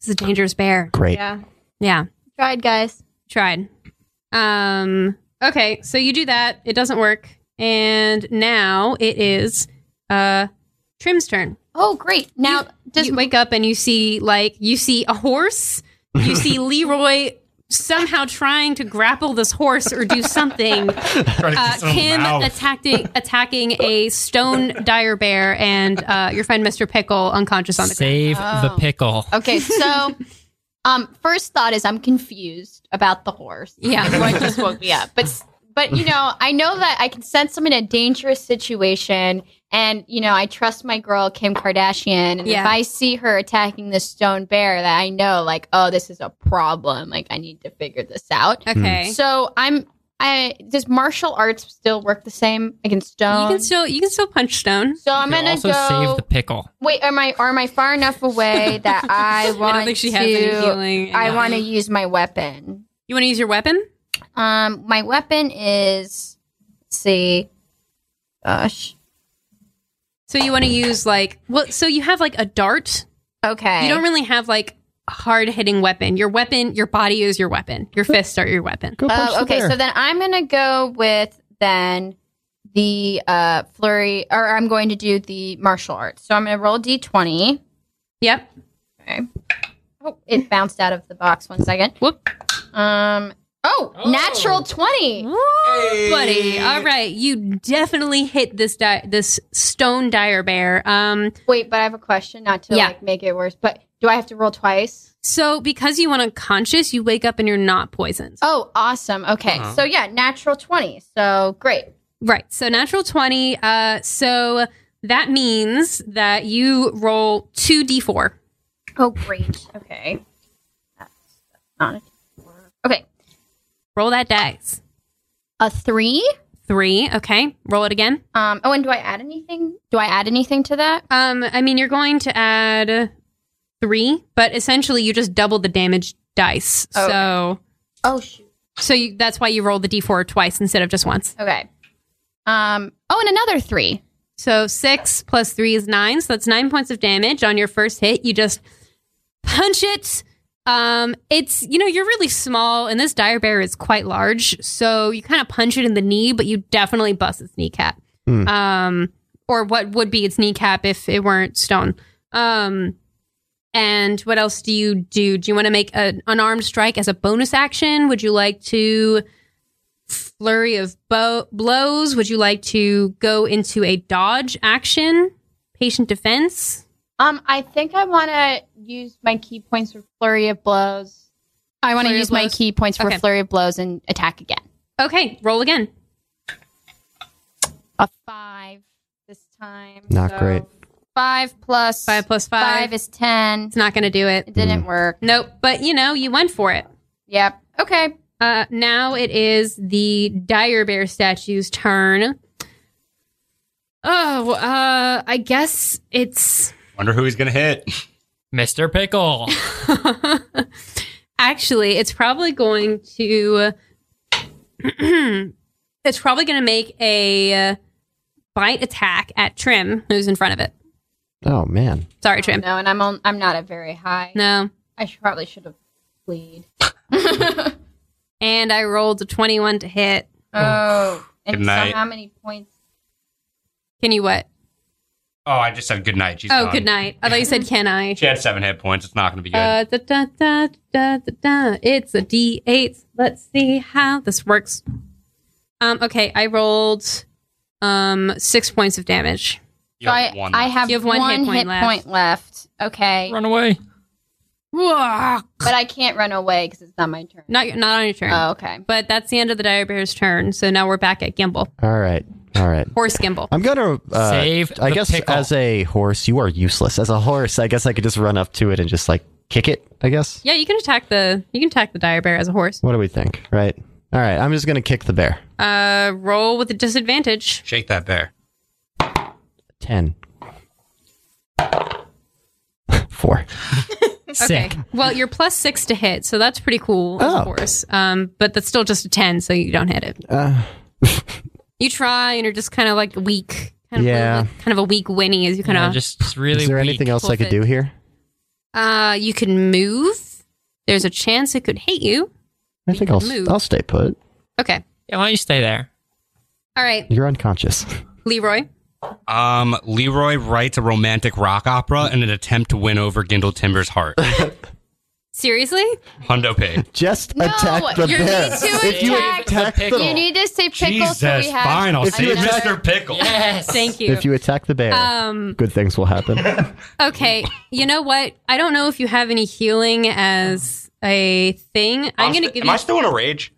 This is a dangerous bear. Great. Yeah, Yeah, tried, guys. tried. Um. Okay, so you do that. It doesn't work, and now it is uh Trim's turn. Oh great. Now does Just wake up and you see like you see a horse. You see Leroy somehow trying to grapple this horse or do something. Uh, Kim attacking attacking a stone dire bear and uh, your friend Mr. Pickle unconscious on the ground. Save the Oh. pickle. Okay, so um first thought is I'm confused about the horse. Yeah. Everyone just woke me up. But s- but you know, I know that I can sense I'm in a dangerous situation and you know, I trust my girl Kim Kardashian and Yeah. if I see her attacking this stone bear that I know like, oh, this is a problem. Like I need to figure this out. Okay. So I'm I does martial arts still work the same against stone? you can still you can still punch stone. so I'm You gonna also go. save the pickle. Wait, am I am I far enough away that I want I don't think she to? has any healing. I want to use my weapon. You want to use your weapon? Um, my weapon is let's see, gosh, So you want to use like well? So you have like a dart. okay. You don't really have like a hard hitting weapon. Your weapon, your body is your weapon. Your fists are your weapon. Go punch Oh, the okay. bear. So then I'm gonna go with then the uh flurry, or I'm going to do the martial arts. So I'm gonna roll d20. Yep. Oh, it bounced out of the box. One second. Whoop. Um, Oh, Oh. natural 20. buddy. All right, you definitely hit this di- this stone dire bear. Um, Wait, but I have a question, not to Yeah. like make it worse, but do I have to roll twice? so because you went unconscious, you wake up and you're not poisoned. Oh, awesome. Okay. Uh-huh. So yeah, natural 20. So great. Right. So natural 20. Uh, so that means that you roll 2d4. Oh, great. Okay. That's not a Okay. Roll that dice. A three. Three. Okay. Roll it again. Um, oh, and do I add anything? Do I add anything to that? Um, I mean, you're going to add three, but essentially you just double the damage dice. Okay. So, Oh, shoot. so you, that's why you roll the d4 twice instead of just once. Okay. Um, oh, and another three. So six plus three is nine. So that's nine points of damage on your first hit. You just punch it. Um, it's you know you're really small, and this dire bear is quite large. So you kind of punch it in the knee, but you definitely bust its kneecap. Hmm. Um, or what would be its kneecap if it weren't stone. Um, and what else do you do? Do you want to make an unarmed strike as a bonus action? Would you like to flurry of bo- blows? Would you like to go into a dodge action, patient defense? Um, I think I want to use my key points for flurry of blows. I want to Flurry of use my blows? key points for Okay. flurry of blows and attack again. Okay, roll again. A five this time. Not great. Five plus Five plus five, five. is ten. it's not going to do it. It didn't work. Nope. But you know, you went for it. Yep. Okay. Uh, now it is the dire bear statue's turn. Oh, uh, I guess it's Wonder who he's gonna hit. Mr. Pickle. actually it's probably going to it's probably going to make a uh, bite attack at Trim, who's in front of it. Oh man. Sorry, Trim. No, and I'm on, I'm not at very high. No. I should, probably should have bleed. And I rolled a 21 to hit. Oh, Good and so night. how many points? Can you what? Oh, I just said good night. She's Oh, gone. good night. I thought you said can I? She had seven hit points. It's not gonna be good. Uh, da, da, da, da, da, da. It's a D8. Let's see how this works. Um, okay, I rolled um six points of damage. you So have I, one I left. have, You have one, hit, point, left. Okay, Run away. Not but I can't run away because it's not my turn. not on your turn. Oh, okay. But that's the end of the dire bear's turn. So now we're back at Gimbal. All right. All right. Horse Gimbal. I'm gonna uh, Save I the guess pickle. as a horse, you are useless. As a horse, I guess I could just run up to it and just like kick it. I guess. Yeah, you can attack the you can attack the dire bear as a horse. What do we think? Right. All right. I'm just gonna kick the bear. Uh roll with a disadvantage. Shake that bear. Ten. Four. Sick. Well, you're plus six to hit, so that's pretty cool, of Oh. course. Um, but that's still just a ten, so you don't hit it. Uh, You try, and you're just kind of like weak, kind of Yeah. kind of a weak Winnie, as you kind Yeah, of. just it's really is there weak. anything else I could do here? uh, you can move. There's a chance it could hit you. I We think could I'll move. I'll stay put. Okay. Yeah, why don't you stay there? All right, You're unconscious. Leroy. Um, Leroy writes a romantic rock opera in an attempt to win over Gindle Timber's heart. Seriously? Hundo paid. Just No, attack the you bear. need to if you attack attack the the, pickle. You need to say pickle so we have. If see you you, attack- another- Pickle. Yes. Thank you. if you attack the bear, um. good things will happen. Okay. You know what? I don't know if you have any healing as a thing. I'm gonna st- give Am you. I still in a rage?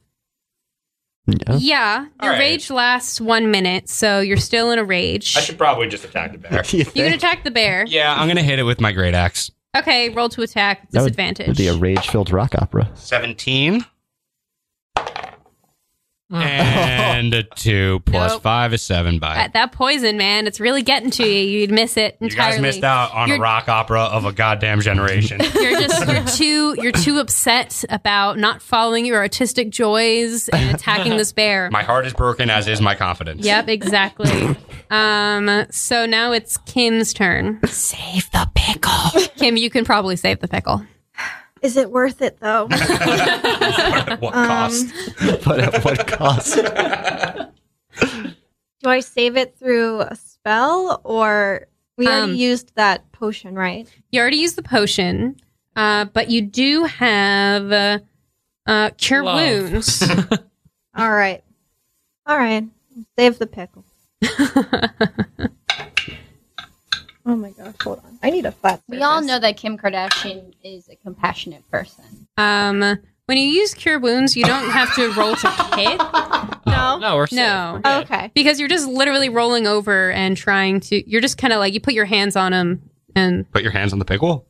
Yeah. Yeah, All your right. rage lasts one minute, so you're still in a rage. I should probably just attack the bear. Do you You can think attack the bear. yeah, I'm gonna hit it with my great axe. Okay, roll to attack with That would- disadvantage. it'd be a rage-filled rock opera? Seventeen. Mm. And a two plus Nope. five is seven by. That- that poison, man, it's really getting to you. You'd miss it you entirely. guys missed out on You're- a rock opera of a goddamn generation. You're just you're too you're too upset about not following your artistic joys and attacking this bear. my heart is broken, as is my confidence. Yep, exactly. um, so now it's Kim's turn. Save the pickle. Kim, you can probably save the pickle. Is it worth it though? Um, At what Um, cost? but at what cost? Do I save it through a spell or we already Um, used that potion, right? You already used the potion, uh, but you do have uh, Uh, cure Love. wounds. All right. All right. Save the pickle. Oh my gosh, hold on. I need a flat. We all know that Kim Kardashian is a compassionate person. um, when you use cure wounds, you don't have to roll to hit No. No, we're safe. No. We're good. Okay. because you're just literally rolling over and trying to. You're just kind of like you put your hands on them and Put your hands on the pickle.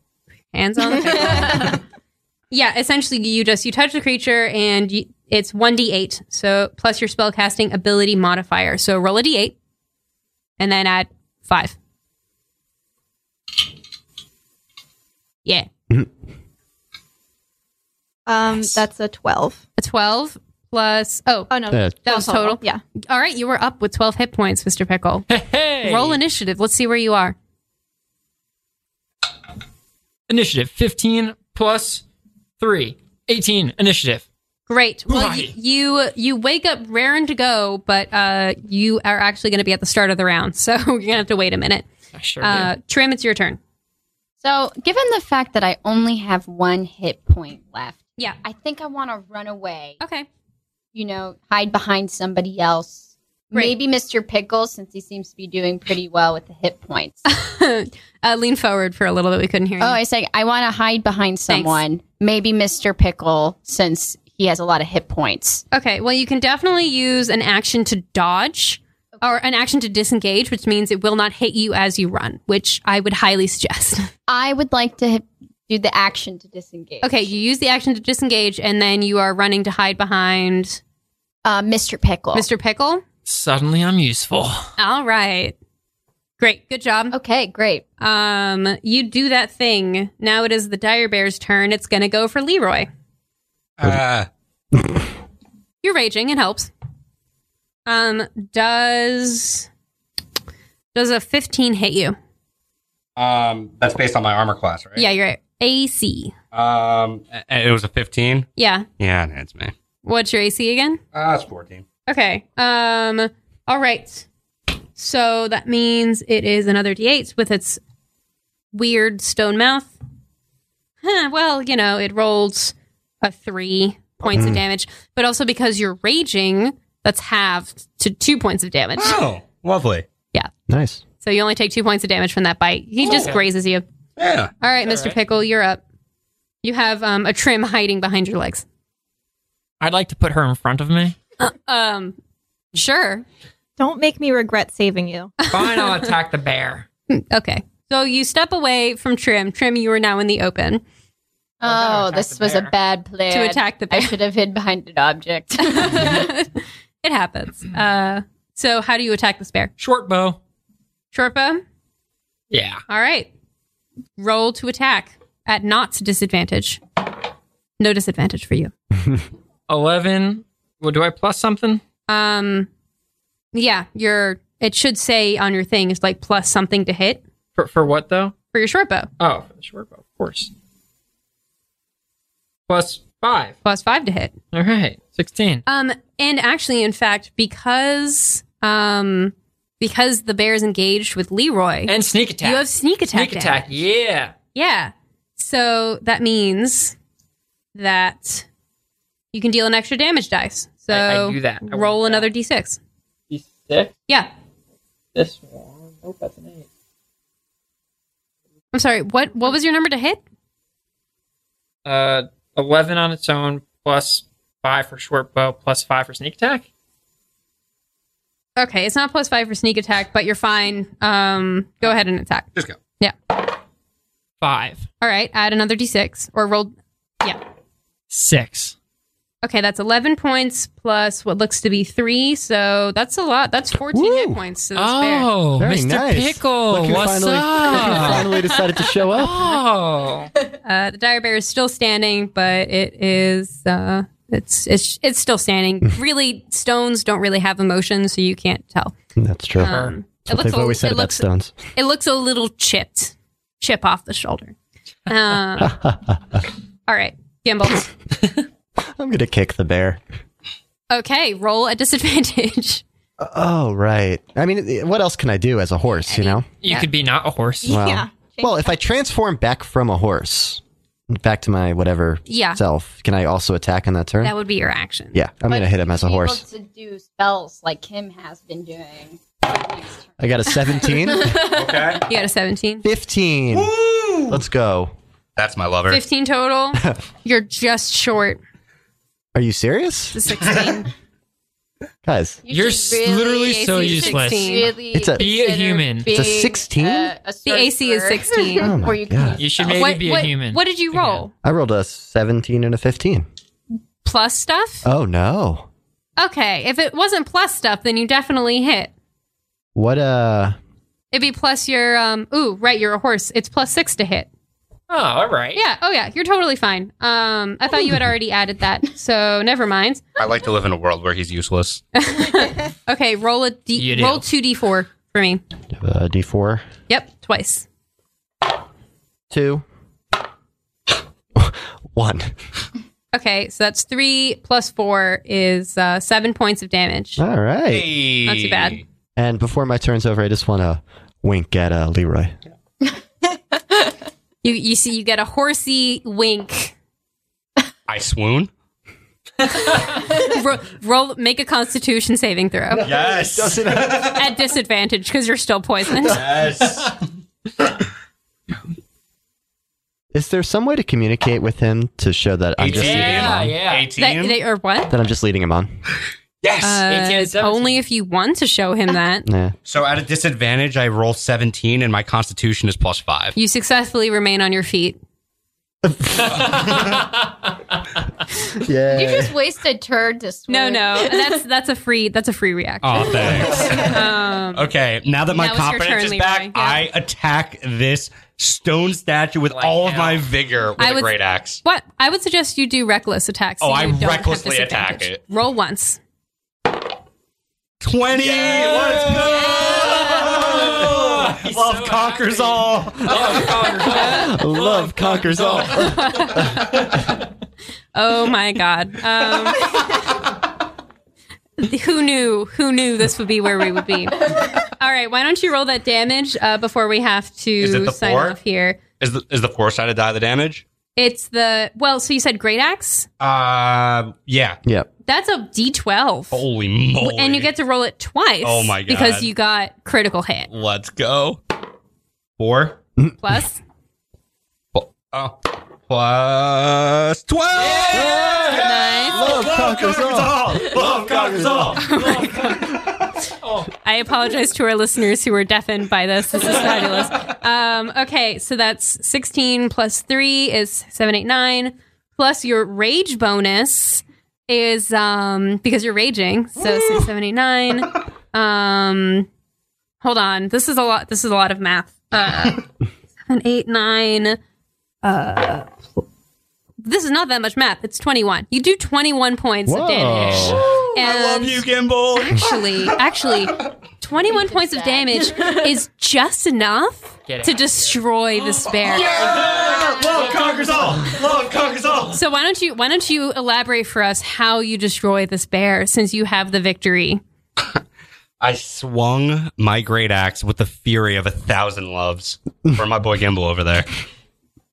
hands on the pickle. yeah, essentially you just you touch the creature and you, it's 1d8. So plus your spell casting ability modifier. So roll a d8 and then add 5. Yeah. Um, that's a twelve. A 12 plus Oh, Oh no, Uh, that was total. Yeah. All right, you were up with 12 hit points, Mr. Pickle. Hey, Roll initiative. Let's see where you are. initiative 15 plus 3. 18 initiative. Great. Well, Right. y- you you wake up raring to go, but uh, you are actually going to be at the start of the round, so you're going to have to wait a minute. I sure Uh, do. Trim, it's your turn. So, given the fact that I only have one hit point left, Yeah. I think I want to run away. Okay. You know, hide behind somebody else. Great. Maybe Mr. Pickle, since he seems to be doing pretty well with the hit points. uh, lean forward for a little bit. We couldn't hear you. Oh, I say I want to hide behind someone. Maybe Mr. Pickle, since he has a lot of hit points. okay. Well, you can definitely use an action to dodge or an action to disengage, which means it will not hit you as you run, which I would highly suggest. I would like to hit- do the action to disengage. okay. You use the action to disengage, and then you are running to hide behind uh, Mr. Pickle. Mr. Pickle. Suddenly I'm useful. All right. Great. Good job. Okay, great. Um, you do that thing. Now it is the dire bear's turn. It's gonna go for Leroy. Uh, You're raging. It helps. Um, does does a 15 hit you? um, that's based on my armor class, right? Yeah, you're at AC. Um, a- and it was a 15. Yeah. Yeah, it hits me. What's your AC again? Uh, it's 14. Okay. Um. All right. So that means it is another D8 with its weird stone mouth. Huh, well, you know, it rolled a three points of damage, but also because you're raging, that's halved to two points of damage. Oh, lovely. Nice. So you only take two points of damage from that bite. He just grazes you. Yeah. All right, That's Mr. all right. Pickle, you're up. You have um, a trim hiding behind your legs. I'd like to put her in front of me. Um, sure. Don't make me regret saving you. Fine, I'll attack the bear. Okay. So you step away from Trim. Trim, you are now in the open. better Oh, attack this the was a bear. bad plan. to attack the I bear. should have hid behind an object. it happens. Uh, so how do you attack this bear? Short bow. Short bow. Yeah. All right. Roll to attack at not disadvantage. No disadvantage for you. 11. Well, do I plus something? Um, yeah, your it should say on your thing it's like plus something to hit For, for what, though? for your short bow, Oh, for the short bow, of course. Plus 5. plus five to hit. All right. 16. Um, and actually, in fact, because um, because the bear is engaged with Leroy, And sneak attack. you have sneak attack. sneak damage. attack. Yeah. Yeah. So that means that you can deal an extra damage dice. So I- I do that. I roll want that. another d6. D6. Yeah. This one. Nope, that's an 8. I'm sorry. What what was your number to hit? uh, 11 on its own, plus 5 for short bow, plus 5 for sneak attack. Okay, it's not plus 5 for sneak attack, but you're fine. Um go ahead and attack. Just go. 5. All right, add another d6 or roll 6. Okay, that's 11 points plus what looks to be 3, so that's a lot. That's 14 hit Woo. points to this bear. Oh, Very Mr. nice. Look Pickle, who what's finally, look who up? finally decided to show up. Oh, Uh, the dire bear is still standing, but it is uh, it's it's it's still standing. Hmm. really, stones don't really have emotion, so you can't tell. That's true. Um, Uh-huh. That's what they've a- always said it about looks stones. it looks a little chipped, chip off the shoulder. Um, all right, Gimbal. I'm gonna kick the bear. Okay, roll at disadvantage. Oh right. I mean, it- what else can I do as a horse? You know. you could be not a horse. Wow. Yeah. Well, if I transform back from a horse, back to my whatever Yeah, self, can I also attack on that turn? that would be your action. yeah, I'm But gonna hit him as a be able horse. To do spells like Kim has been doing. for the next turn. I got a 17, Okay. You got a 17. 15. Let's go. That's my lover. 15 total. You're just short Are you serious, the 16. guys? You You're should s- literally so AC is useless. 16. Really It's a- Be a consider human. It's a being, 16? uh, a The AC is sorcerer. 16. Oh my Or you can God. use You should maybe spells. what, be a what- human. what did you roll? I rolled a 17 and a 15. Plus stuff? Oh no. Okay. If it wasn't plus stuff, then you definitely hit. What uh It'd be plus your um ooh, right, you're a horse. It's plus six to hit. Oh, all right. Yeah, oh yeah, you're totally fine. Um I thought you had already added that, so never mind. I like to live in a world where he's useless. Okay, roll a You D do. roll two D four for me. uh, D4. Yep, twice. Two. One. Okay, so that's three plus four is uh seven points of damage. All right. Hey. Not too bad. And before my turn's over, I just want to wink at uh, Leroy. You you see you get a horsey wink. I swoon. Ro- roll make a constitution saving throw. Yes. at disadvantage because you're still poisoned. yes. Is there some way to communicate with him to show that I'm just leading him Yeah, on? yeah. That, 18. they or what? That I'm just leading him on. yes. Uh, 18 and 17. only if you want to show him that. Yeah. so at a disadvantage, I roll 17 and my constitution is plus five. You successfully remain on your feet. Yeah. You just wasted turd to No, swear. no, that's that's a free that's a free reaction. Oh, thanks. Um, okay, now that my Now it's your confidence turn, is Leroy. back, Yeah. I attack this stone statue with Like all of hell. my vigor with I a was- great axe. what I would suggest you do reckless attacks. Oh, you I don't have recklessly attack disadvantage. it. Roll once. 20! Let's go! He's Love so conquers all. Love conquers all. Love conquers all. Oh my god. Um, who knew? Who knew this would be where we would be? All right. Why don't you roll that damage uh, before we have to Is it the sign four? off here? Is the, is the four sided die the damage? It's the well. So you said great axe. Uh, yeah. yeah. That's a D12. Holy moly. And you get to roll it twice. Oh my God. Because you got critical hit Let's go. Four. plus. Oh. Plus 12! Nice. Love conquers all. Love conquers all! I apologize to our listeners who are deafened by this. This is fabulous. Um, okay, so that's 16 plus 3 is 789. Plus your rage bonus is um, because you're raging. So 6789. Um, hold on. This is a lot. This is a lot of math. Uh, 789. Uh, pl- uh, this is not that much math. It's 21. You do 21 points Whoa. of damage. And I love you, Gimbal. actually, actually, 21 points of damage is just enough Get out to of here. destroy this bear. Love conquers all. Love conquers all. So why don't you why don't you elaborate for us how you destroy this bear since you have the victory? I swung my great axe with the fury of a thousand loves for my boy Gimbal over there.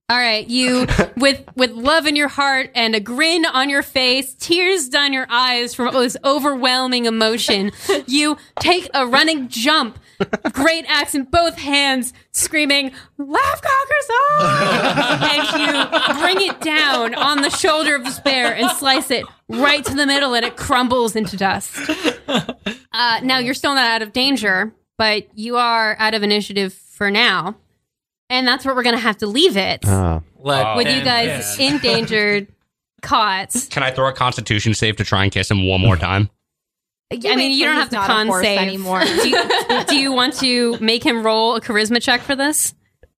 All right, you with with love in your heart and a grin on your face, tears down your eyes from all this overwhelming emotion. You take a running jump, great axe in both hands, screaming "Love conquers all!" and you bring it down on the shoulder of this bear and slice it right to the middle, and it crumbles into dust. Uh, now you're still not out of danger, but you are out of initiative for now, and that's where we're gonna have to leave it Oh. Let with you them guys be. endangered, caught. Can I throw a Constitution save to try and kiss him one more time? I mean, wait you till don't have he's to not a con horse save anymore. Do you, do you want to make him roll a charisma check for this?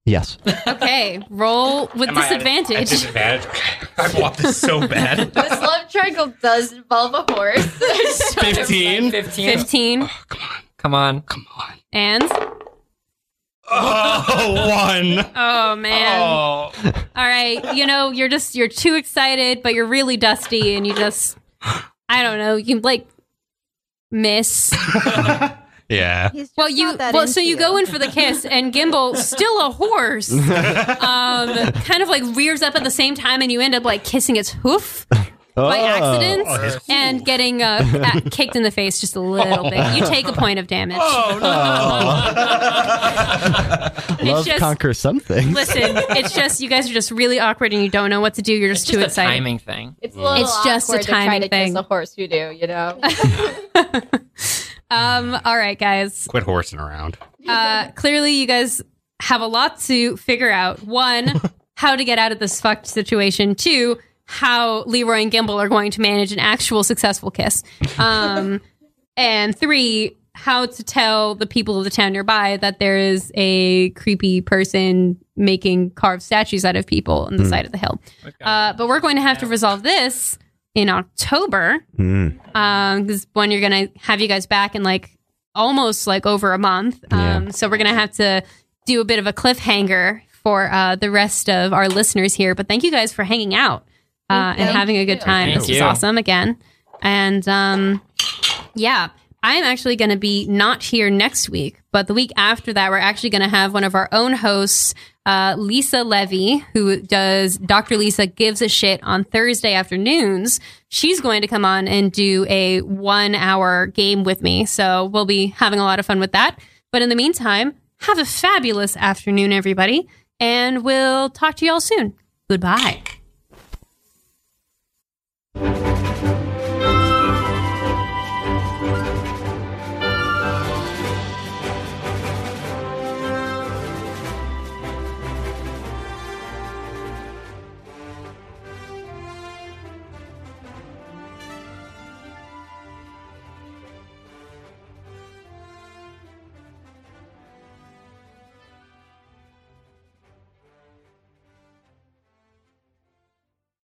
Yes. Okay, roll with Am I at a- at disadvantage. disadvantage. Okay. I want this so bad. This love triangle does involve a horse. So they're 15. 15. Fifteen Come on. Come on. and Oh, one. oh man! Oh. All right, you know you're just you're too excited, but you're really dusty, and you just I don't know you like miss Yeah. He's just Well, not you that well, so into you go in for the kiss, and Gimbal, still a horse, um, kind of like rears up at the same time, and you end up like kissing its hoof Oh, by Oh. accident and getting uh, a- kicked in the face just a little bit. Oh. You take a point of damage. It's Love just- conquer something. Listen, it's just you guys are just really awkward, and you don't know what to do. You're just It's too just a excited. timing thing. It's a little It's just a awkward to try timing to thing. kiss a horse you do, you know. Um, all right, guys. Quit horsing around. Uh, clearly, you guys have a lot to figure out. One, how to get out of this fucked situation. Two, how Leroy and Gimble are going to manage an actual successful kiss. Um, and three, how to tell the people of the town nearby that there is a creepy person making carved statues out of people on the side of the hill. Uh, but we're going to have to resolve this in October Mm. um because when you're gonna have you guys back in like almost like over a month um so we're gonna have to do a bit of a cliffhanger for uh the rest of our listeners here but thank you guys for hanging out uh Thank and you. having a good time Thank this was you. awesome again and um yeah i'm actually gonna be not here next week but the week after that we're actually gonna have one of our own hosts uh, Lisa Levy, who does Dr. Lisa Gives a Shit on Thursday afternoons, she's going to come on and do a one hour game with me. So we'll be having a lot of fun with that. But in the meantime, have a fabulous afternoon, everybody. And we'll talk to y'all soon. Goodbye.